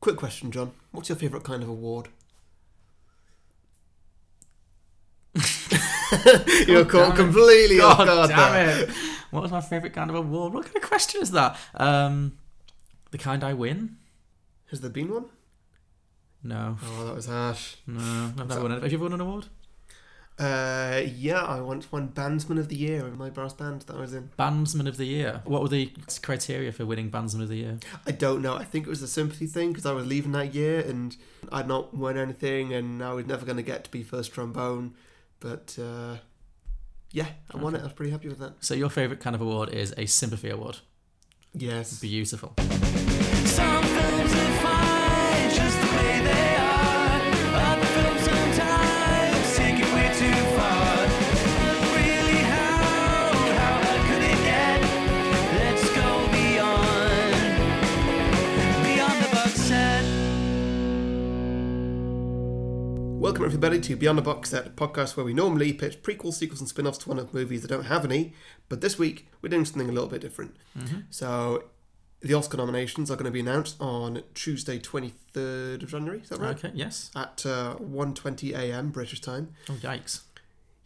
Quick question, John. What's your favourite kind of award? You're caught damn it. completely off God guard there. damn it! What was my favourite kind of award? What kind of question is that? Um, the kind I win? Has there been one? No, Oh, that was harsh. no, I've never won. Have you ever won an award? Uh, yeah, I once won Bandsman of the Year in my brass band that I was in. Bandsman of the year. What were the criteria for winning Bandsman of the year? I don't know. I think it was a sympathy thing because I was leaving that year and I'd not won anything and I was never going to get to be first trombone. But uh, yeah, I won it. I was pretty happy with that. So your favourite kind of award is a sympathy award. Yes. Beautiful. Some films are fine just the way they are. Other films sometimes take it way too far. Really, how, how hard could it get? Let's go beyond, beyond the box set. Welcome everybody to Beyond the Box Set, a podcast where we normally pitch prequels, sequels, and spin-offs to one-off movies that don't have any. But this week we're doing something a little bit different. Mm-hmm. So the Oscar nominations are going to be announced on Tuesday, twenty third of January. Is that right? Okay. Yes. At uh, 1.20 a.m. British time. Oh yikes.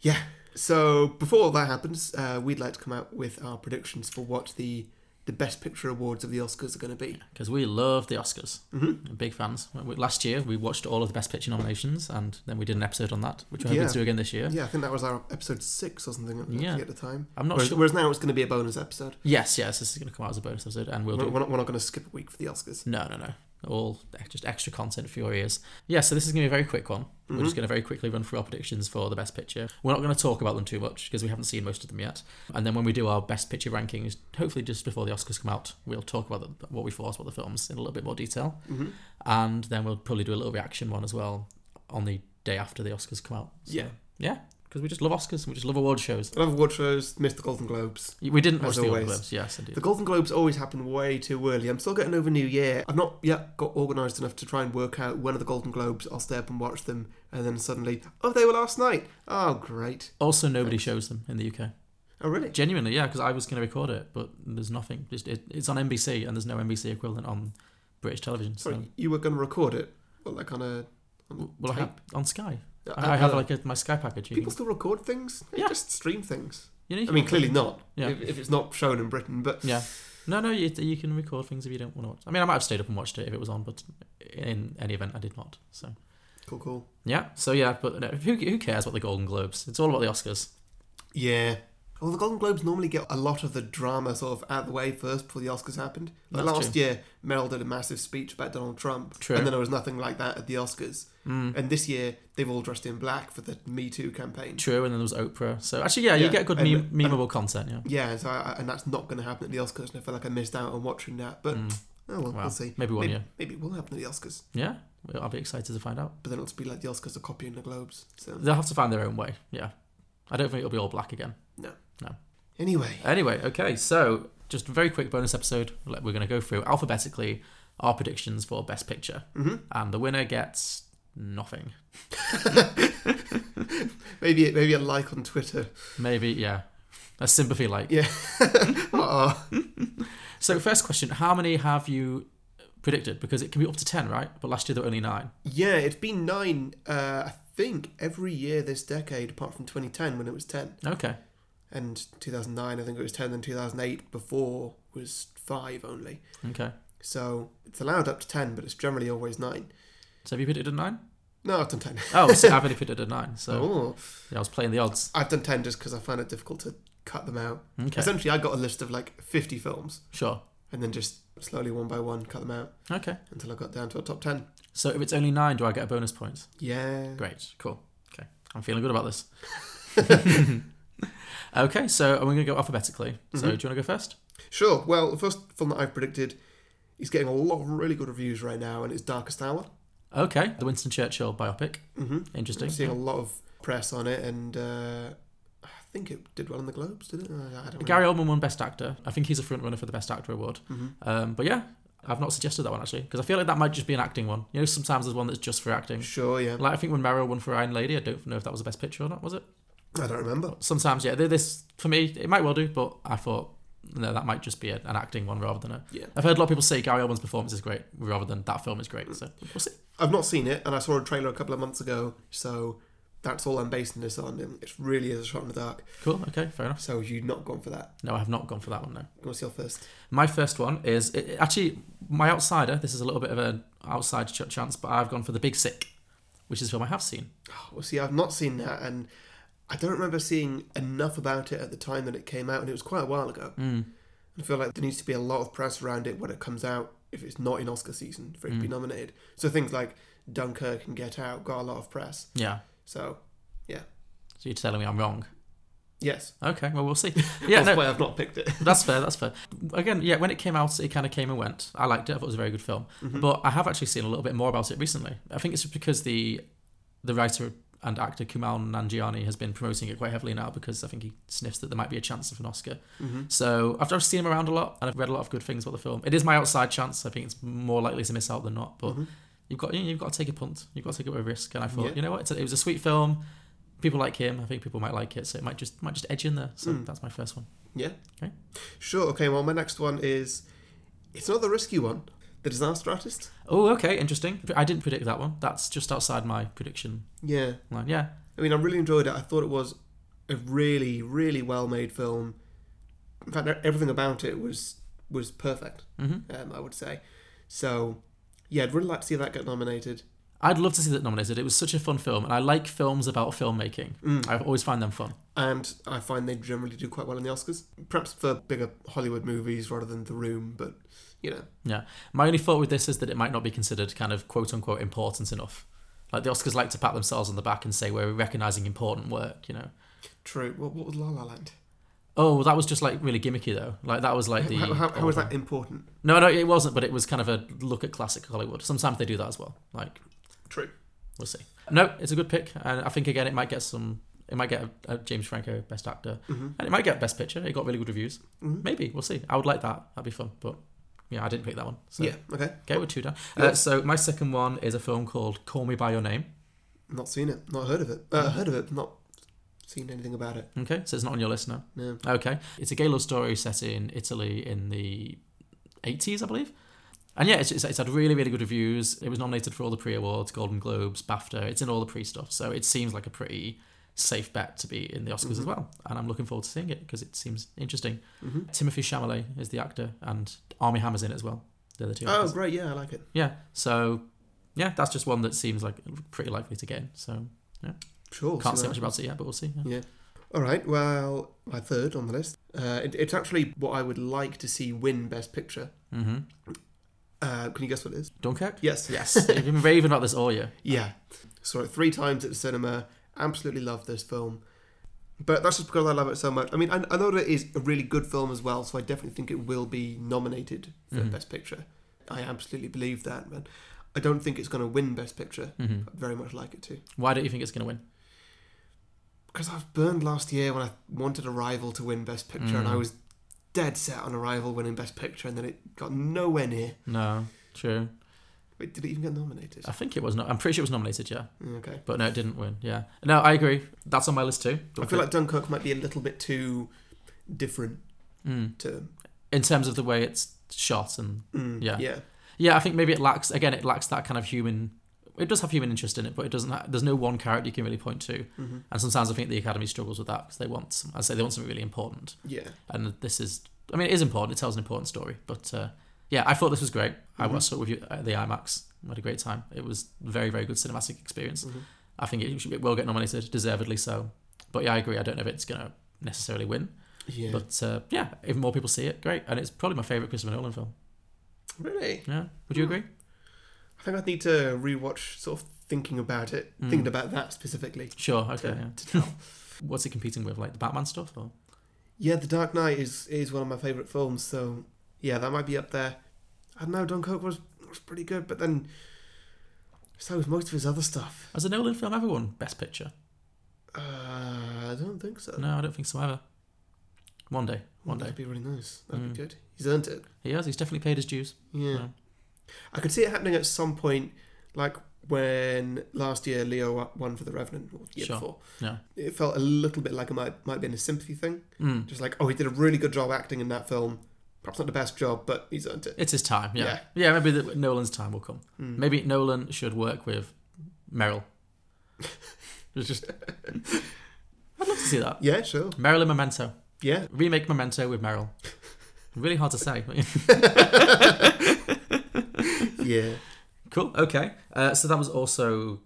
Yeah. So before that happens, uh, we'd like to come out with our predictions for what the the best picture awards of the Oscars are going to be. Because we love the Oscars. Mm-hmm. Big fans. We- Last year we watched all of the Best Picture nominations, and then we did an episode on that, which we're hoping Yeah. to do again this year. Yeah, I think that was our episode six or something at- Yeah. at the time. I'm not whereas, sure- whereas now it's going to be a bonus episode. Yes. Yes. This is going to come out as a bonus episode, and we'll We're, do we're not, we're not going to skip a week for the Oscars. No, no, no. All ex- just extra content for your ears. Yeah, so this is going to be a very quick one. Mm-hmm. We're just going to very quickly run through our predictions for the best picture. We're not going to talk about them too much because we haven't seen most of them yet. And then when we do our best picture rankings, hopefully just before the Oscars come out, we'll talk about the, what we thought about the films in a little bit more detail. And then we'll probably do a little reaction one as well on the day after the Oscars come out. So, Yeah. Yeah, because we just love Oscars and we just love award shows. I love award shows. Missed the Golden Globes. We didn't watch As the Golden always. Globes, yes, indeed. The Golden Globes always happen way too early. I'm still getting over New Year. I've not yet got organised enough to try and work out when are the Golden Globes. I'll stay up and watch them, and then suddenly, oh, they were last night. Oh, great. Also, nobody shows them in the UK. Oh, really? Genuinely, yeah, because I was going to record it, but there's nothing. Just it, it's on NBC, and there's no NBC equivalent on British television. So, Sorry, you were going to record it, well, like on a on well, I tape? have, on Sky. Uh, I, I have uh, like a, my Sky package. You, people can- still record things. They Yeah. just stream things. you know, you I mean, can- clearly not. Yeah. If, if it's not shown in Britain, but yeah. No, no, you, you can record things if you don't want to watch. I mean, I might have stayed up and watched it if it was on, but in any event, I did not. So cool, cool. yeah, so yeah, but no, who who cares about the Golden Globes? It's all about the Oscars. Yeah. Well, the Golden Globes normally get a lot of the drama sort of out of the way first before the Oscars happened. Like That's last true. year, Meryl did a massive speech about Donald Trump, True. Mm. and then there was nothing like that at the Oscars. And this year, they've all dressed in black for the Me Too campaign. True, and then there was Oprah. So actually, yeah, you Yeah, get good and- meme, memeable content. Yeah. Yeah, so I, I- and that's not going to happen at the Oscars, and I feel like I missed out on watching that. But oh well, Mm. Well, we'll see. maybe one maybe, year. Maybe it will happen at the Oscars. Yeah, well, I'll be excited to find out. but then it'll just be like the Oscars are copying the Globes. So They'll have to find their own way. Yeah, I don't think it'll be all black again. no, No. Anyway, Anyway, okay, so just a very quick bonus episode. Like, We're going to go through alphabetically our predictions for Best Picture, mm-hmm. and the winner gets nothing. maybe maybe a like on Twitter. Maybe yeah, a sympathy like. Yeah. Uh-oh. So first question: How many have you predicted? Because it can be up to ten, right? But last year there were only nine. yeah, it's been nine. Uh, I think every year this decade, apart from 2010 when it was 10, Okay, and 2009 I think it was 10, and 2008 before was five only. okay. So it's allowed up to 10, but it's generally always nine. So have you predicted a nine? No, I've done 10. Oh, so I've only predicted a nine. So Oh, yeah, I was playing the odds. I've done 10 just because I found it difficult to cut them out. Okay. Essentially, I got a list of like 50 films Sure. and then just slowly one by one cut them out. Okay. until I got down to a top 10. So if it's only nine, do I get a bonus point? Yeah. Great, cool. Okay, I'm feeling good about this. okay, so I'm going to go alphabetically. So do you want to go first? Sure. Well, the first film that I've predicted is getting a lot of really good reviews right now, and it's Darkest Hour. Okay, the Winston Churchill biopic. Mm-hmm. Interesting. I'm seeing a lot of press on it, and uh, I think it did well in the Globes, did it? I I don't Gary Oldman won Best Actor. I think he's a front runner for the Best Actor award. Mm-hmm. Um, but yeah, I've not suggested that one actually because I feel like that might just be an acting one. You know, sometimes there's one that's just for acting. know. Sure, yeah. Like I think when Meryl won for Iron Lady, I don't know if that was the best picture or not. Was it? I don't remember. Sometimes, yeah. th- This for me, it might well do, but I thought no, that might just be a, an acting one rather than a. Yeah. I've heard a lot of people say Gary Oldman's performance is great rather than that film is great. So we'll see. I've not seen it, and I saw a trailer a couple of months ago, so that's all I'm basing this on. and It really is a shot in the dark. Cool. Okay. Fair enough. So you've not gone for that. No, I have not gone for that one. No. Go and see your first. My first one is it, it- actually my outsider. This is a little bit of an outside ch- chance, but I've gone for The Big Sick, which is a film I have seen. Well, see, I've not seen that, and I don't remember seeing enough about it at the time that it came out, and it was quite a while ago. Hmm. Mm. I feel like there needs to be a lot of press around it when it comes out, if it's not in Oscar season, for it Mm. to be nominated. So things like Dunkirk and Get Out got a lot of press. Yeah. So, yeah. So you're telling me I'm wrong. Yes. Okay. Well, we'll see. Yeah. That's no, why I've not picked it. that's fair. That's fair. Again, yeah. When it came out, it kind of came and went. I liked it. I thought it was a very good film. Mm-hmm. But I have actually seen a little bit more about it recently. I think it's just because the the writer and actor Kumail Nanjiani has been promoting it quite heavily now because I think he sniffs that there might be a chance of an Oscar. Mm-hmm. So I've, I've seen him around a lot and I've read a lot of good things about the film. It is my outside chance. I think it's more likely to miss out than not. Mm-hmm. But you've got you've got to take a punt. You've got to take a bit of risk. And I thought, Yeah. you know what, it's a, it was a sweet film. People like him. I think people might like it. So it might just might just edge in there. So that's my first one. Yeah. Okay. Sure. Okay. Well, my next one is it's another risky one. The Disaster Artist. Oh, okay, interesting. I didn't predict that one. That's just outside my prediction Yeah. line. Yeah, I mean, I really enjoyed it. I thought it was a really, really well-made film. In fact, everything about it was was perfect. Mm-hmm. Um, I would say. So, yeah, I'd really like to see that get nominated. I'd love to see that nominated. It was such a fun film, and I like films about filmmaking. Mm. I always find them fun. And I find they generally do quite well in the Oscars. Perhaps for bigger Hollywood movies rather than The Room, but you know, Yeah. My only thought with this is that it might not be considered kind of quote unquote important enough. Like the Oscars like to pat themselves on the back and say we're recognising important work, you know. true. What, what was La La Land? Oh, well, that was just like really gimmicky though. Like that was like the How, how, how was that important? No, no, it wasn't. But it was kind of a look at classic Hollywood. Sometimes they do that as well. Like True. we'll see. No, it's a good pick, and I think again it might get some. It might get a, a James Franco Best Actor, Mm-hmm. and it might get Best Picture. It got really good reviews. Maybe we'll see. I would like that. That'd be fun. But yeah, I didn't pick that one. So. Yeah. Okay. Okay, we're two down. Uh, so my second one is a film called Call Me by Your Name. Not seen it. Not heard of it. Uh, Mm-hmm. heard of it. Not seen anything about it. Okay, so it's not on your list now. No. Okay, it's a gay love story set in Italy in the 80s, I believe. And yeah, it's, it's, it's had really, really good reviews. It was nominated for all the pre awards, Golden Globes, BAFTA. It's in all the pre stuff, so it seems like a pretty safe bet to be in the Oscars as Mm-hmm. well. And I'm looking forward to seeing it because it seems interesting. Timothy Chalamet is the actor, and Army Hammer's in it as well. They're the two. Oh, actors. great. Yeah, I like it. Yeah. So, yeah, that's just one that seems like pretty likely to get in. So, yeah, Sure. can't see say what much about it yet, but we'll see. Yeah. Yeah. All right. Well, my third on the list. Uh, it, it's actually what I would like to see win Best Picture. Mm-hmm. Uh, can you guess what it is? Dunkirk? Yes. Yes, you've been raving about this all year. Yeah. Saw it three times at the cinema. Absolutely loved this film. But that's just because I love it so much. I mean, I, I know that it is a really good film as well, so I definitely think it will be nominated for Best Picture. I absolutely believe that, man. I don't think it's going to win Best Picture. I'd very much like it to. Mm-hmm. Why don't you think it's going to win? because I was burned last year when I wanted Arrival to win Best Picture, and I was dead set on Arrival winning Best Picture, and then it got nowhere near. No, true. Wait, did it even get nominated? I think it was. No- I'm pretty sure it was nominated, yeah, Okay. but no, it didn't win. Yeah, no, I agree. That's on my list too. I feel like Dunkirk might be a little bit too different Mm. to. in terms of the way it's shot and Mm, Yeah. Yeah. yeah, I think maybe it lacks. Again, it lacks that kind of human. It does have human interest in it, but it doesn't. Ha- there's no one character you can really point to, Mm-hmm. and sometimes I think the Academy struggles with that because they want. Some, I say they want something really important, Yeah. and this is. I mean, it is important. It tells an important story, but uh, yeah, I thought this was great. I Mm-hmm. watched it with you at the IMAX. I had a great time. It was very, very good cinematic experience. Mm-hmm. I think it, should- it will get nominated, deservedly so. But yeah, I agree. I don't know if it's going to necessarily win, Yeah. but uh, yeah, if more people see it, great. And it's probably my favorite Christopher Nolan film. really, Yeah, would you Mm. agree? I think I'd need to rewatch, sort of thinking about it, thinking about that specifically. Sure. Mm. Okay. to- yeah. to tell. What's it competing with, like the Batman stuff? Or Yeah, The Dark Knight is is one of my favorite films, so yeah, that might be up there. I don't know. Dunkirk was was pretty good, but then so was most of his other stuff. has a Nolan film ever won Best Picture? Uh, I don't think so. No, I don't think so ever. One day, one day. That'd be really nice. That'd Mm. be good. He's earned it. He has. He's definitely paid his dues. Yeah. Yeah. I could see it happening at some point, like when last year Leo won for The Revenant, or the year Sure. before. No. It felt a little bit like it might might have been a sympathy thing. Hmm. Just like, oh, he did a really good job acting in that film. Perhaps not the best job, but he's earned it. Hmm. It's his time. Yeah. Yeah. Yeah, maybe the, Nolan's time will come. Maybe Nolan should work with Meryl. It's just I'd love to see that. Yeah, sure. Meryl and Memento. Yeah, Remake Memento with Meryl. Really hard to say. yeah, cool. Okay. Uh, so that was also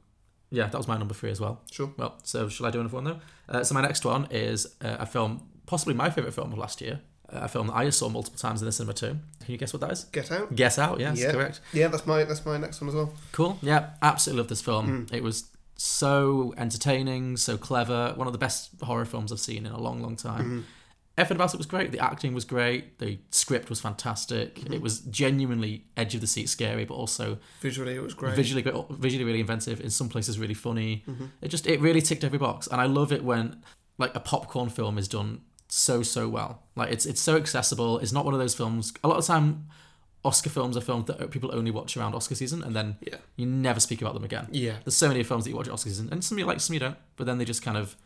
yeah, that was my number three as well. sure. Well, so shall I do another one though? Uh, so my next one is uh, a film, possibly my favorite film of last year, uh, a film that I saw multiple times in the cinema too. Can you guess what that is? Get out. Guess out. Yes, yeah, correct. Yeah, that's my that's my next one as well. Cool. Yeah, absolutely love this film. Mm. It was so entertaining, so clever. One of the best horror films I've seen in a long, long time. Mm. Mm-hmm. Everything about it was great. The acting was great. The script was fantastic. Mm-hmm. It was genuinely edge of the seat scary, but also Visually, it was great. Mm-hmm. visually great, visually really inventive. In some places, really funny. It just it really ticked every box, and I love it when like a popcorn film is done so so well. Like it's it's so accessible. It's not one of those films. A lot of time, Oscar films are films that people only watch around Oscar season, and then Yeah. you never speak about them again. Yeah. There's so many films that you watch at Oscar season, and some you like, some you don't. But then they just kind of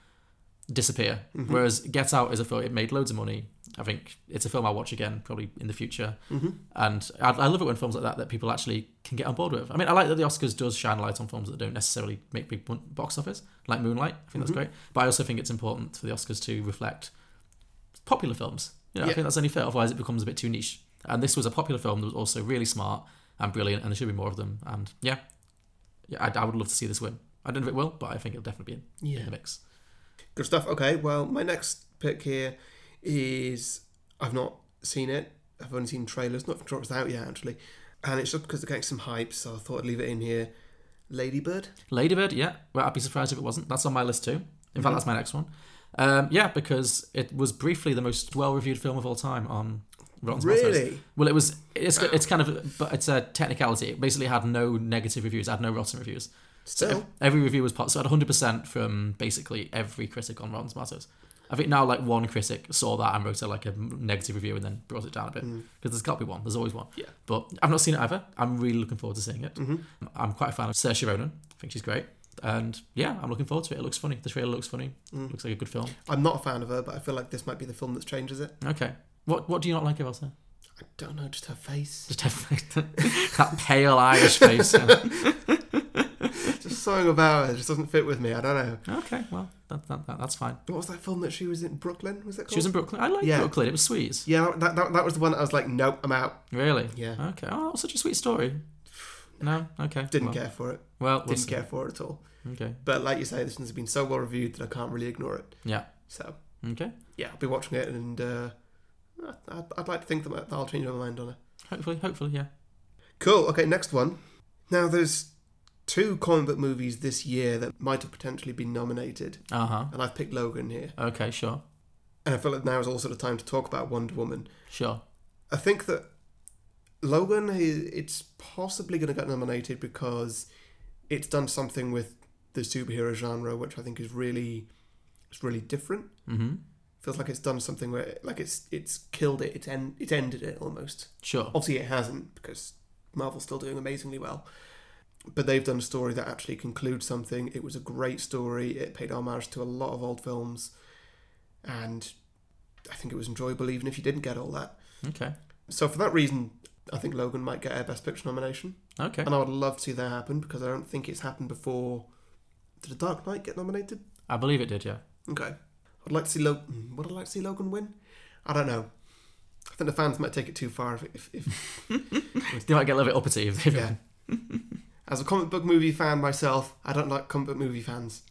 disappear. Mm-hmm. Whereas Get Out is a film it made loads of money. I think it's a film I'll watch again probably in the future. Mm-hmm. And I, I love it when films like that that people actually can get on board with. I mean, I like that the Oscars does shine a light on films that don't necessarily make big bo- box office, like Moonlight. I think Mm-hmm. that's great. But I also think it's important for the Oscars to reflect popular films. You know, Yeah. I think that's only fair. Otherwise, it becomes a bit too niche. And this was a popular film that was also really smart and brilliant, and there should be more of them. And yeah, yeah, I, I would love to see this win. I don't know if it will, but I think it'll definitely be in, in Yeah. the mix. Good stuff. Okay, well, my next pick here is I've not seen it. I've only seen trailers. Not sure it's out yet, actually. And it's just because they're getting some hype, so I thought I'd leave it in here. Ladybird. Ladybird, yeah. Well, I'd be surprised if it wasn't. That's on my list too. In Mm-hmm. fact, that's my next one. Um, yeah, because it was briefly the most well-reviewed film of all time on Rotten Tomatoes. Really? Well, it was. It's, it's kind of, but it's a technicality. It basically had no negative reviews. It had no rotten reviews. Still. Every review was part. So it had 100% from basically every critic on Rotten Tomatoes. I think now like one critic saw that and wrote a, like a negative review and then brought it down a bit because there's got to be one. There's always one. Mm. Yeah. But I've not seen it either. I'm really looking forward to seeing it. Mm-hmm. I'm quite a fan of Saoirse Ronan. I think she's great. And yeah, I'm looking forward to it. It looks funny. The trailer looks funny. Looks like a good film. Mm-hmm. I'm not a fan of her, but I feel like this might be the film that changes it. Okay. What What do you not like about her? I don't know, just her face. Just have that pale Irish face. Yeah. Just something about her just doesn't fit with me. I don't know. Okay. Well, that, that, that, that's fine. What was that film that she was in? Brooklyn was it called? She was in Brooklyn. I like Yeah. Brooklyn. It was sweet. Yeah, that, that that was the one that I was like, nope, I'm out. Really? Yeah. Okay. Oh, that was such a sweet story. No. Okay. Didn't well, care for it. Well, we'll Didn't see. care for it at all. Okay. But like you say, this one's been so well reviewed that I can't really ignore it. Yeah. So Okay. yeah, I'll be watching it, and uh, I'd, I'd like to think that I- that I'll change my mind on it. Hopefully. Hopefully. Yeah. Cool. Okay, next one. Now there's two comic book movies this year that might have potentially been nominated, Uh huh. and I've picked Logan here. Okay. Sure. And I feel like now is also the time to talk about Wonder Woman. Sure. I think that Logan, i- it's possibly going to get nominated because it's done something with the superhero genre, which I think is really, it's really different. Mm-hmm. Feels like it's done something where, like it's it's killed it, it's end, it's ended it almost. Sure. Obviously, it hasn't because Marvel's still doing amazingly well. But they've done a story that actually concludes something. It was a great story. It paid homage to a lot of old films, and I think it was enjoyable even if you didn't get all that. Okay. So for that reason, I think Logan might get a Best Picture nomination, Okay. and I would love to see that happen because I don't think it's happened before. Did The Dark Knight get nominated? I believe it did. Yeah. Okay, I'd like to see Logan. Would I like to see Logan win? I don't know. I think the fans might take it too far. If, if, if They might get a little bit uppity if they yeah. As a comic book movie fan myself, I don't like comic book movie fans.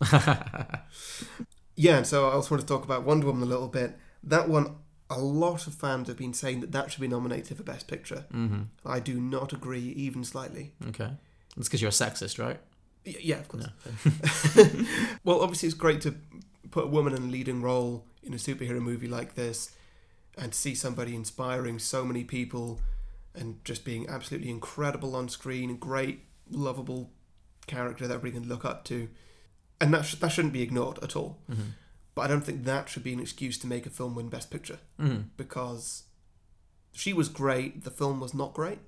yeah, and so I also want to talk about Wonder Woman a little bit. That one, a lot of fans have been saying that that should be nominated for Best Picture. mm-hmm. I do not agree even slightly. Okay. That's because you're a sexist, right? Y- yeah, of course. No. well, obviously, it's great to put a woman in a leading role in a superhero movie like this and see somebody inspiring so many people and just being absolutely incredible on screen, a great, lovable character that everybody can look up to. And that, sh- that shouldn't be ignored at all. Mm-hmm. But I don't think that should be an excuse to make a film win Best Picture Mm-hmm. because she was great, the film was not great.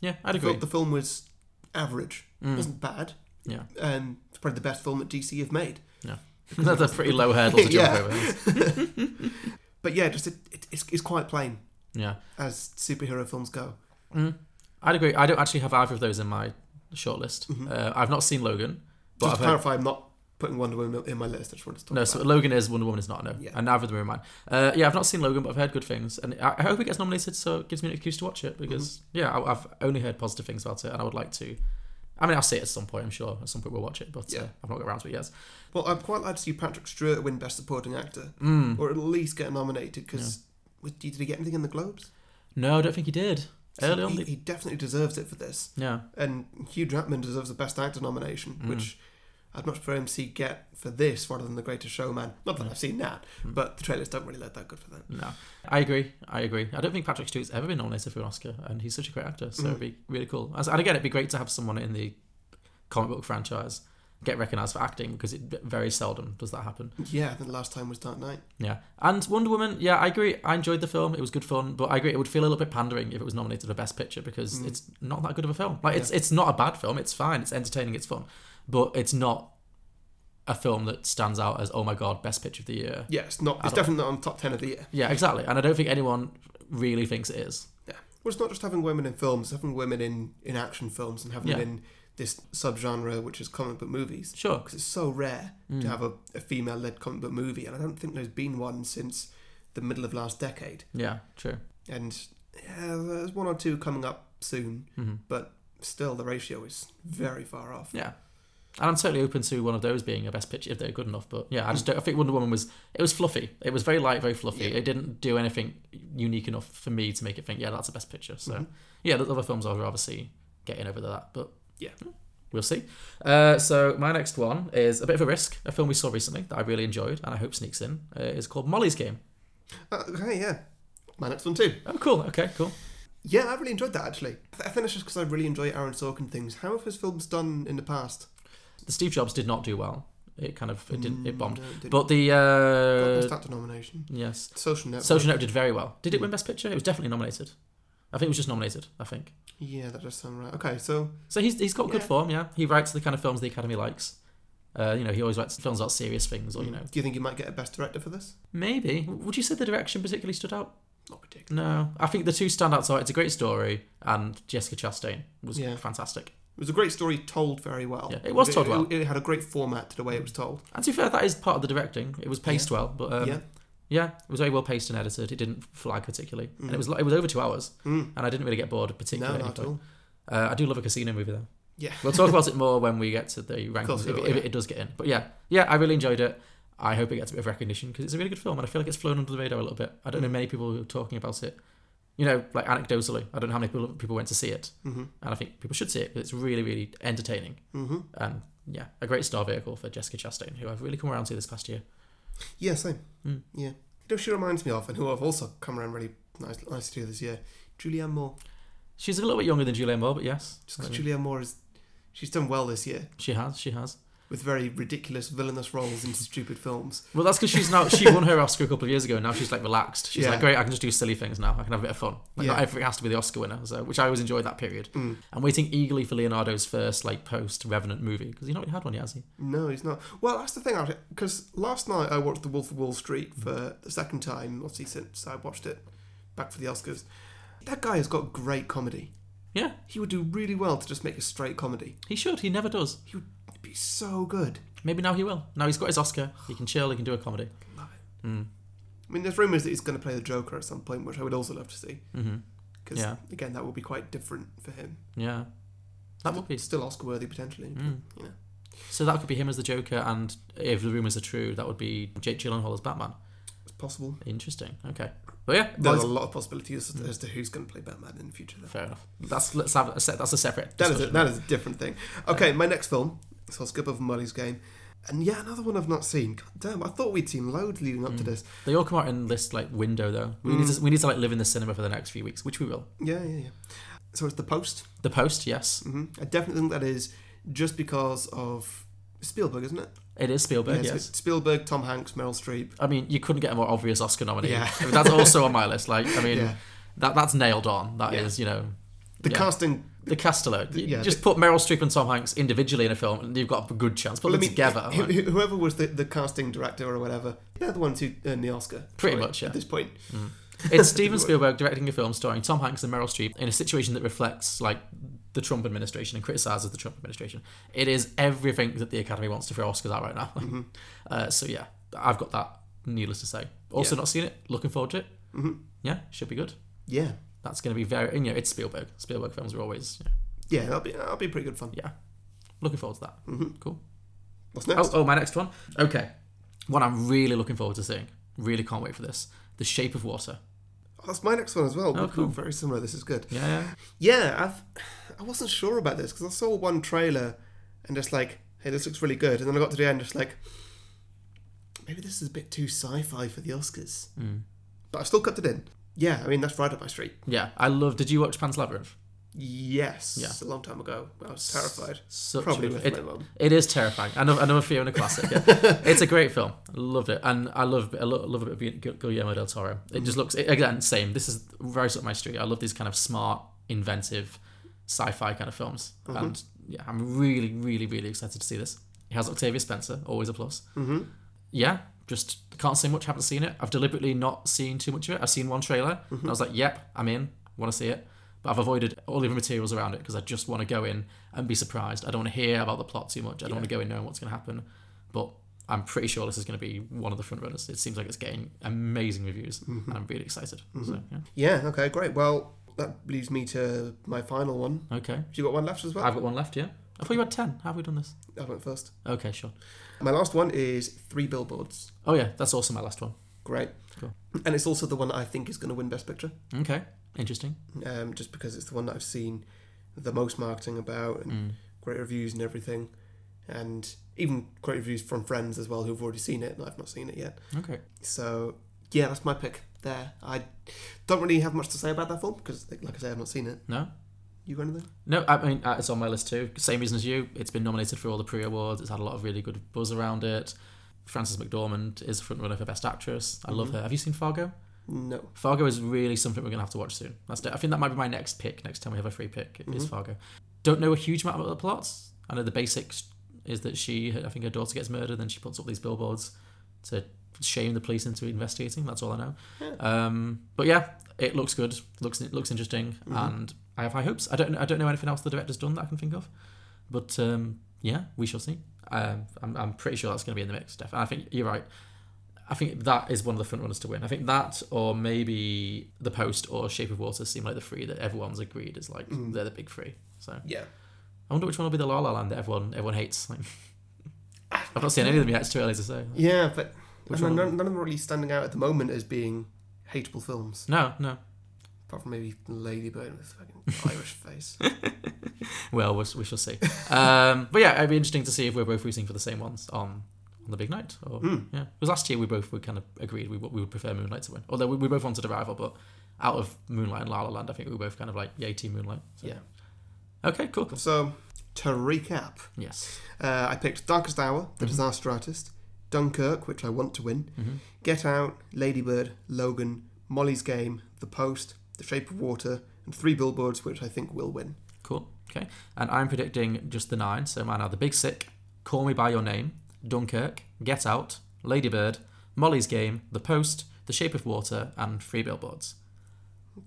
Yeah, I'd I agree. felt the film was average, Mm. it wasn't bad. Yeah. and it's probably the best film that DC have made. That's a pretty low hurdle to jump Yeah. over. But yeah, just it, it, it's, it's quite plain Yeah. Mm. as superhero films go. I'd agree. I don't actually have either of those in my shortlist. Mm-hmm. Uh, I've not seen Logan, but Just I've to heard, clarify, I'm not putting Wonder Woman in my list. I just wanted to talk no. about So Logan is Wonder Woman is not no, Yeah. and neither of them are in mine. Uh, yeah, I've not seen Logan, but I've heard good things, and I I hope it gets nominated, so it gives me an excuse to watch it because Mm-hmm. yeah, I, I've only heard positive things about it, and I would like to. I mean, I'll see it at some point. I'm sure at some point we'll watch it, but Yeah. uh, I've not got around to it yet. Well, I'd quite like to see Patrick Stewart win Best Supporting Actor, Hmm. Mm. or at least get nominated. Because did he get anything in the Globes? No, I don't think he did. Early on, he, the, he definitely deserves it for this. yeah, And Hugh Jackman deserves the Best Actor nomination, Hmm. which I'd much prefer him see get for this rather than The Greatest Showman. Not that I've seen that, but the trailers don't really look that good for that. no, I agree. I agree. I don't think Patrick Stewart's ever been nominated for an Oscar, and he's such a great actor, so it'd be really cool. As- And again, it'd be great to have someone in the comic book franchise get recognized for acting because it very seldom does that happen. Yeah, I think the last time was Dark Knight. Yeah, and Wonder Woman. Yeah, I agree. I enjoyed the film. It was good fun, but I agree it would feel a little bit pandering if it was nominated for Best Picture because it's not that good of a film. Like it's it's not a bad film. It's fine. It's entertaining. It's fun, but it's not a film that stands out as oh my god, Best Picture of the year. Yeah, it's not. It's definitely not on top ten of the year. Yeah, exactly. And I don't think anyone really thinks it is. Yeah. Well, it's not just having women in films; it's having women in in action films and having Yeah. them in this subgenre, which is comic book movies. Sure. because it's so rare Mm. to have a, a female-led comic book movie, and I don't think there's been one since the middle of last decade. Yeah, true. And yeah, there's one or two coming up soon, Mm-hmm. but still the ratio is very far off. Yeah. And I'm totally open to one of those being a best picture if they're good enough. But yeah, I just don't. I think Wonder Woman was it was fluffy. It was very light, very fluffy. It didn't do anything unique enough for me to make it think, yeah, that's a best picture. So Mm-hmm. yeah, there's other films I'd rather see getting over that. But Yeah. we'll see. Uh, so my next one is a bit of a risk. A film we saw recently that I really enjoyed and I hope sneaks in uh, is called Molly's Game. Uh, okay, yeah. My next one too. Oh, cool. Okay, cool. Yeah, I really enjoyed that actually. I think that's just because I really enjoy Aaron Sorkin things. How have his films done in the past? The Steve Jobs did not do well. It kind of it didn't it bombed. no, it didn't. But the Mm. Got uh, Best Actor nomination. yes, Social Network. Social Network did very well. Did Hmm. it win Best Picture? It was definitely nominated. I think it was just nominated. I think. Yeah, that does sound right. Okay, so So he's he's got good Yeah. form. Yeah, he writes the kind of films the Academy likes. Uh, you know, he always writes films about serious things, or you know, do you think you might get a Best Director for this? maybe. Would you say the direction particularly stood out? Not particularly. No, I think the two standouts are it's a great story and Jessica Chastain was Yeah. fantastic. It was a great story told very well. Yeah, it was told well. It, had a great format to the way it was told. And to be fair, that is part of the directing. It was paced well, but um, yeah. Yeah, it was very well paced and edited. It didn't flag particularly, and it was it was over two hours, and I didn't really get bored Hmm. No, particularly. at any not at point. all. Uh, I do love a casino movie though. Yeah. We'll talk about it more when we get to the course rankings we if, will, if yeah. it does get in. But yeah, yeah, I really enjoyed it. I hope it gets a bit of recognition because it's a really good film, and I feel like it's flown under the radar a little bit. I don't Mm. know many people who are talking about it. You know, like anecdotally, I don't know how many people people went to see it, mm-hmm. and I think people should see it because it's really, really entertaining. Mm-hmm. And yeah, a great star vehicle for Jessica Chastain, who I've really come around to this past year. Yeah, same. Hmm. Yeah. You know, she reminds me of, and who I've also come around really nice, nice to this year, Julianne Moore. She's a little bit younger than Julianne Moore, but yes, Just 'cause Julianne Moore is, she's done well this year she has, she has. with very ridiculous villainous roles in stupid films. Well, that's because she's now she won her Oscar a couple of years ago, and now she's like relaxed. She's Yeah. like, great, I can just do silly things now. I can have a bit of fun. Like, Not Yeah. everything has to be the Oscar winner, so which I always enjoyed that period. Hmm. I'm waiting eagerly for Leonardo's first like post Revenant movie because he's not really had one yet, has he? No, he's not. Well, that's the thing, because last night I watched The Wolf of Wall Street for the second time, obviously since I watched it back for the Oscars. That guy has got great comedy. Yeah, He would do really well to just make a straight comedy. he should. He never does. He would be so good. Maybe now he will. Now he's got his Oscar. He can chill. He can do a comedy. Mm. I mean, there's rumours that he's going to play the Joker at some point, which I would also love to see. Because, Yeah. again, that would be quite different for him. Mm-hmm. Yeah, that would be. He's still Oscar worthy, potentially. but, You know. So that could be him as the Joker, and if the rumors are true, that would be Jake Gyllenhaal as Batman. It's possible. Mm. Interesting. Okay. But yeah, There's Molly's- a lot of possibilities as to who's going to play Batman in the future. Though. fair enough. That's let's have a se- that's a separate. That is a, discussion. that is a different thing. Okay, my next film. So I'll skip over Molly's game. And yeah, another one I've not seen. God damn, I thought we'd seen loads leading Mm. up to this. They all come out in this like window though. We need Mm. to we need to like live in the cinema for the next few weeks, which we will. Yeah, yeah, yeah. So it's The Post. The Post, yes, hmm I definitely think that is just because of Spielberg, isn't it? it is Spielberg. so yes, it's Spielberg, Tom Hanks, Meryl Streep. I mean you couldn't get a more obvious Oscar nominee. Yeah. I mean, that's also on my list. Like I mean, Yeah. that that's nailed on. That is Yeah. you know The Yeah. casting the cast alone. You Yeah, just put Meryl Streep and Tom Hanks individually in a film, and you've got a good chance. Put Well, I them mean, together. who- like, who- whoever was the, the casting director or whatever, they're the ones who earned the Oscar. Pretty for it much, yeah. At this point, mm. it's Steven Spielberg directing a film starring Tom Hanks and Meryl Streep in a situation that reflects like the Trump administration and criticizes the Trump administration. It is everything that the Academy wants to throw Oscars at right now. Mm-hmm. Uh, so yeah, I've got that. Needless to say, also Yeah. not seen it. Looking forward to it. Mhm. Yeah, should be good. yeah, That's going to be very. You know, it's Spielberg. Spielberg films are always. Yeah, yeah, that'll be that'll be pretty good fun. yeah. looking forward to that. Cool. What's next? Oh, oh, my next one. Okay, one I'm really looking forward to seeing. Really can't wait for this. The Shape of Water. Oh, that's my next one as well. Oh, We're- we're cool. Very similar. This is good. Yeah, yeah. Yeah, I've I wasn't sure about this because I saw one trailer and just like, hey, this looks really good, and then I got to the end just like, maybe this is a bit too sci-fi for the Oscars, Mm. but I still cut it in. Yeah, I mean that's right up my street. Yeah, I love. Did you watch Pan's Labyrinth? Yes, Yeah. a long time ago, I was terrified. Such Probably a, with it, my mum. it is terrifying. Another, another Fiona classic. Yeah. it's a great film. Loved it, and I love I lo- love a bit of Gu- Guillermo del Toro. It just looks again same. This is right up my street. I love these kind of smart, inventive, sci-fi kind of films, and yeah, I'm really, really, really excited to see this. It has Octavia Spencer, always a plus. Mm-hmm. yeah, just can't say much. Haven't seen it. I've deliberately not seen too much of it. I've seen one trailer. And I was like, yep, I'm in. Want to see it. But I've avoided all the materials around it because I just want to go in and be surprised. I don't want to hear about the plot too much. I don't want to go in knowing what's going to happen. But I'm pretty sure this is going to be one of the front runners. It seems like it's getting amazing reviews, and I'm really excited. So yeah, Mm-hmm. Yeah. Okay. Great. Well, that leaves me to my final one. okay. Have you got one left as well? I've got one left. Yeah, I thought you had ten. How have we done this? I went first. Okay, sure. My last one is Three Billboards. Oh yeah, that's also my last one. Great. Cool. And it's also the one I think is going to win Best Picture. Okay, interesting. um, just because it's the one that I've seen the most marketing about Mm. and great reviews and everything, and even great reviews from friends as well who've already seen it and I've not seen it yet. Okay. So yeah, that's my pick there. I don't really have much to say about that film because, like I say, I've not seen it. No, You got anything? No, I mean uh, it's on my list too. Same reason as you. It's been nominated for all the pre-awards. It's had a lot of really good buzz around it. Frances McDormand is the front runner for Best Actress. I love her. Have you seen Fargo? No. Fargo is really something we're gonna have to watch soon. That's it. I think that might be my next pick. Next time we have a free pick, it is Fargo. Don't know a huge amount about the plots. I know the basics is that she, I think her daughter gets murdered, then she puts up these billboards to shame the police into investigating. That's all I know. Um, but yeah, it looks good. looks It looks interesting, and I have high hopes. I don't I don't know anything else the director's done that I can think of, but um, yeah, we shall see. Um, I'm, I'm pretty sure that's going to be in the mix, Steph. And I think you're right. I think that is one of the front runners to win. I think that, or maybe The Post or Shape of Water, seem like the three that everyone's agreed is like they're the big three. So I Yeah. wonder which one will be the La La Land that everyone everyone hates. Like, I've not seen any of them yet. It's too early to say. Ah. Yeah, but Which I mean, one? none, none of them are really standing out at the moment as being hateable films, No, no. apart from maybe Ladybird with a fucking Irish face. Well, we'll we shall see. Um, but yeah, it'd be interesting to see if we're both rooting for the same ones on on the big night. Or Hmm. yeah, because last year we both we kind of agreed we w- we would prefer Moonlight to win. Although we, we both wanted Arrival, but out of Moonlight and La La Land, I think we were both kind of like yay team Moonlight. So. Yeah. Okay. Cool. cool. So to recap, Yes. Uh, I picked Darkest Hour, Mhm. The Disaster Artist, Dunkirk, which I want to win, Mm-hmm. Get Out, Ladybird, Logan, Molly's Game, The Post, The Shape of Water, and Three Billboards, which I think will win. Cool. Okay. And I'm predicting just the nine. So mine are The Big Sick, Call Me By Your Name, Dunkirk, Get Out, Ladybird, Molly's Game, The Post, The Shape of Water, and Free Billboards.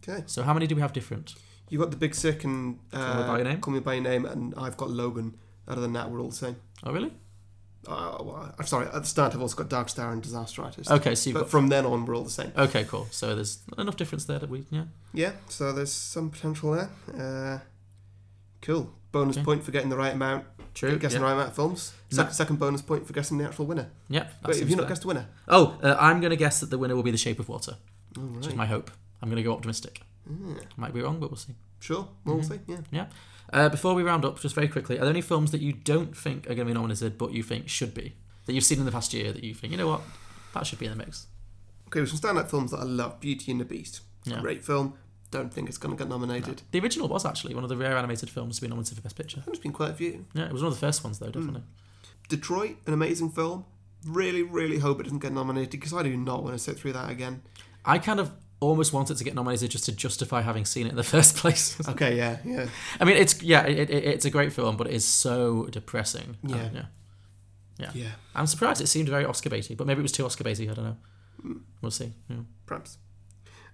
Okay. So how many do we have different? You got The Big Sick and uh, Call Me By Your Name? Call Me By Your Name, and I've got Logan. Other than that, we're all the same. Oh, really? Uh, well, I'm sorry, at the start, I've also got Darkest Hour and Disaster Artist. Okay. So you've But got. from then on, we're all the same. Okay, cool. So there's enough difference there that we, yeah. Yeah, so there's some potential there. Uh, cool. Bonus Okay. point for getting the right amount, True. guessing yeah. the right amount of films. Se- No. Second bonus point for guessing the actual winner. Yep. that Wait, have seems you not fair. guessed the winner? Oh, uh, I'm going to guess that the winner will be The Shape of Water, All which is right. my hope. I'm going to go optimistic. Yeah. Might be wrong, but we'll see. Sure. Well, We'll see. Yeah. Yeah. Uh, before we round up, just very quickly, are there any films that you don't think are going to be nominated, but you think should be? That you've seen in the past year that you think, you know what, that should be in the mix? Okay, some standout films that I love: Beauty and the Beast. Yeah. Great film. Don't think it's going to get nominated. The original was actually one of the rare animated films to be nominated for Best Picture. There's been quite a few. Yeah, it was one of the first ones, though, Hmm. definitely. Detroit, an amazing film. Really, really hope it doesn't get nominated because I do not want to sit through that again. I kind of almost wanted to get nominated just to justify having seen it in the first place. Okay, yeah, yeah. I mean, it's yeah, it, it, it's a great film, but it is so depressing. Uh, Yeah. yeah. Yeah, I'm surprised it seemed very Oscar baity, but maybe it was too Oscar baity. I don't know. We'll see. Yeah. perhaps.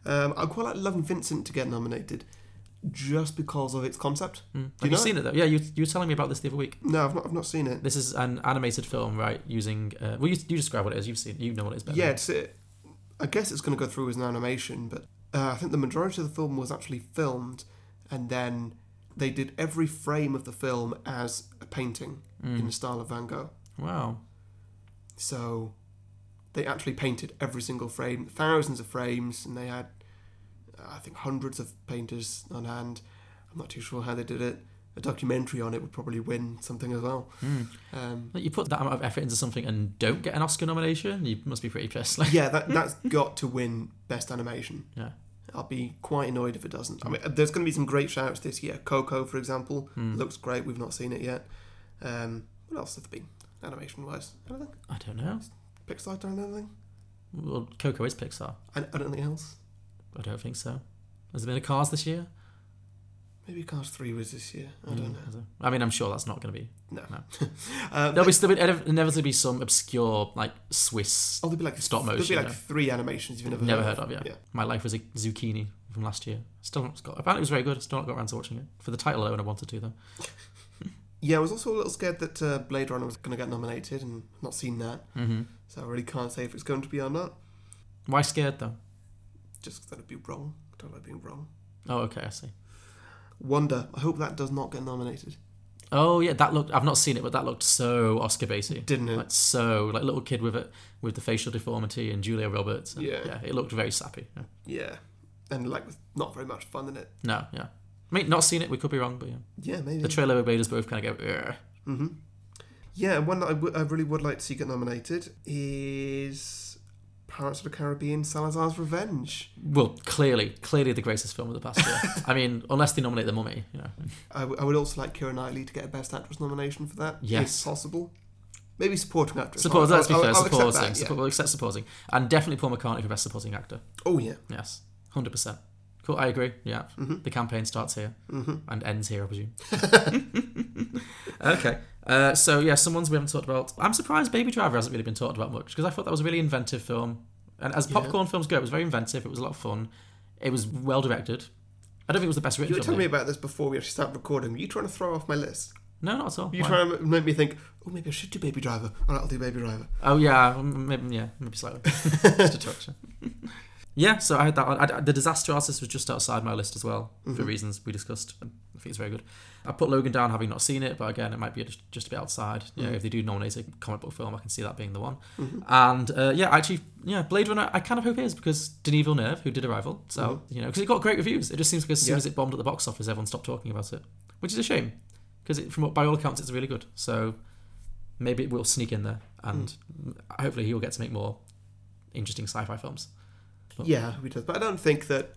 Um, I'd quite like Love and Vincent to get nominated just because of its concept. Mm. Do Have you you know? seen it though? Yeah, you, you were telling me about this the other week. No, I've not, I've not seen it. This is an animated film, right? Using uh, well, you, you describe what it is. You've seen, you know what it is better. Yeah, than- it's it. I guess it's going to go through as an animation, but uh, I think the majority of the film was actually filmed, and then they did every frame of the film as a painting Hmm. in the style of Van Gogh. Mm. Wow. So they actually painted every single frame, thousands of frames, and they had, uh, I think, hundreds of painters on hand. I'm not too sure how they did it. A documentary on it would probably win something as well. Um, Mm. Like, You put that amount of effort into something and don't get an Oscar nomination. You must be pretty pissed. Like, yeah, that, that's got to win Best Animation. yeah. I'll be quite annoyed if it doesn't. I mean, there's going to be some great shouts this year. Coco, for example, hmm. Mm. looks great. We've not seen it yet. Um, what else has there been animation wise? Anything? I don't know. Pixar done anything? Well, Coco is Pixar. And anything else? I don't think so. Has there been a Cars this year? Maybe Cars Three was this year. I Mm, don't know. has there? I mean, I'm sure that's not going to be. No. No. Um, There'll be still be, inev- inevitably be some obscure like Swiss. oh, there'll be like stop motion, There'll be yeah. like three animations you've never, Never heard, heard of, yeah. Yeah. My life was a zucchini from last year. Still not got. Apparently, it was very good. Still not got around to watching it for the title alone. I wanted to though. Yeah, I was also a little scared that uh, Blade Runner was going to get nominated, and not seen that, Mm-hmm. so I really can't say if it's going to be or not. Why scared though? Just 'cause that would be wrong. I don't like being wrong. Oh, okay, I see. Wonder. I hope that does not get nominated. Oh yeah, that looked. I've not seen it, but that looked so Oscar baity. Didn't it? Like so, like little kid with it, with the facial deformity and Julia Roberts. and- Yeah. yeah, it looked very sappy. Yeah. Yeah, and like with not very much fun in it. No, yeah. I mean, not seen it. We could be wrong, but yeah. Yeah, maybe. The trailer made us both kind of go. "Ugh." hmm Yeah, and one that I, w- I really would like to see get nominated is Pirates of the Caribbean: Salazar's Revenge. Well, clearly, clearly the greatest film of the past year. I mean, unless they nominate The Mummy, you know. I, w- I would also like Keira Knightley to get a Best Actress nomination for that, Yes. if possible. Maybe supporting actress. Support, I'll- let's be I'll- fair, I'll accept supporting. that, yeah. support, we'll accept supporting. And definitely Paul McCartney for Best Supporting Actor. Oh yeah. Yes, 100%. Cool, I agree. Yeah. Mhm. The campaign starts here hmm and ends here, I presume. okay. Uh, so, yeah, some ones we haven't talked about. I'm surprised Baby Driver hasn't really been talked about much because I thought that was a really inventive film. And as Yeah. popcorn films go, it was very inventive, it was a lot of fun, it was well directed. I don't think it was the best You written were film. telling me maybe. about this before we actually started recording. Were you trying to throw off my list? No, not at all. Were you Oh, Why? trying to make me think, oh, maybe I should do Baby Driver. All right, I'll do Baby Driver. Oh yeah, um, maybe yeah, maybe slightly. Just a touch. yeah, so I had that on. I, I- the Disaster Artist was just outside my list as well for reasons we discussed. I think it's very good. I put Logan down, having not seen it, but again, it might be just, just a bit outside. You know, if they do nominate a comic book film, I can see that being the one. Mm-hmm. And uh, yeah, actually, yeah, Blade Runner. I kind of hope it is because Denis Villeneuve, who did Arrival, so you know, because it got great reviews. It just seems like as soon Yeah. as it bombed at the box office, everyone stopped talking about it, which is a shame because from what by all accounts it's really good. So maybe it will sneak in there, and hopefully he will get to make more interesting sci-fi films. Yeah, he does. But I don't think that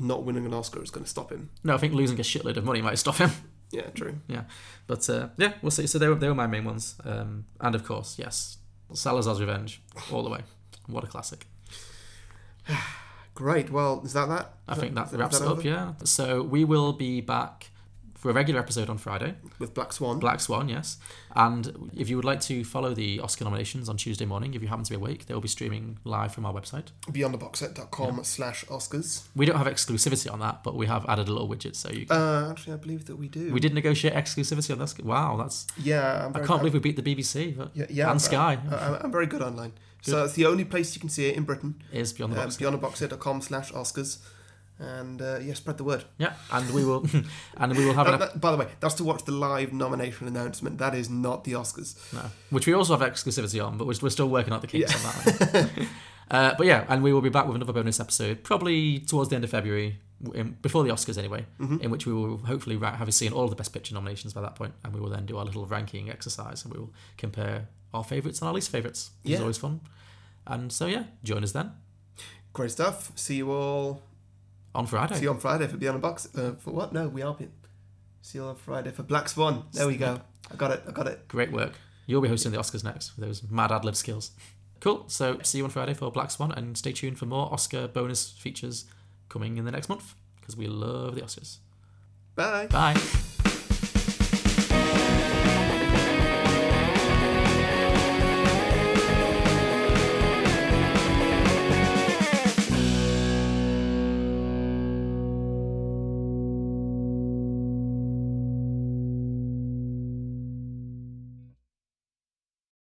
not winning an Oscar is going to stop him. No, I think losing a shitload of money might stop him. Yeah, true. But uh, yeah, we'll see. So they were, they were my main ones, um, and of course, yes, Salazar's Revenge, all the way. What a classic! Great. Well, is that that? I Is think that is wraps is it up. over? Yeah. So we will be back for a regular episode on Friday. With Black Swan. Black Swan, yes. And if you would like to follow the Oscar nominations on Tuesday morning, if you happen to be awake, they will be streaming live from our website. beyondtheboxset.com slash Oscars. We don't have exclusivity on that, but we have added a little widget, so you. Uh, actually, I believe that we do. we did negotiate exclusivity on this. Wow, that's Yeah. I'm I very- can't believe we beat the BBC. But Yeah, yeah, and I'm- Sky I- I'm, I'm very good online. So it's the only place you can see it in Britain. is Um, beyond the box. beyondtheboxset.com slash Oscars. And uh, yeah, spread the word. yeah, and we will, and we will have Uh, an, that- by the way, that's to watch the live nomination announcement. That is not the Oscars. no, which we also have exclusivity on, but we're, we're still working out the kinks on that. One. uh, but yeah, and we will be back with another bonus episode, probably towards the end of February, w- in, before the Oscars anyway, Mm-hmm. in which we will hopefully ra- have seen all of the best picture nominations by that point, and we will then do our little ranking exercise, and we will compare our favourites and our least favourites. which is Yeah. always fun. And so yeah, join us then Great stuff. See you all. on Friday. See you on Friday for Beyond the Box. Uh, for what? No, we are. Be- see you on Friday for Black Swan. There we go. I got it. I got it. Great work. You'll be hosting the Oscars next with those mad ad lib skills. Cool. So see you on Friday for Black Swan, and stay tuned for more Oscar bonus features coming in the next month because we love the Oscars. Bye. Bye.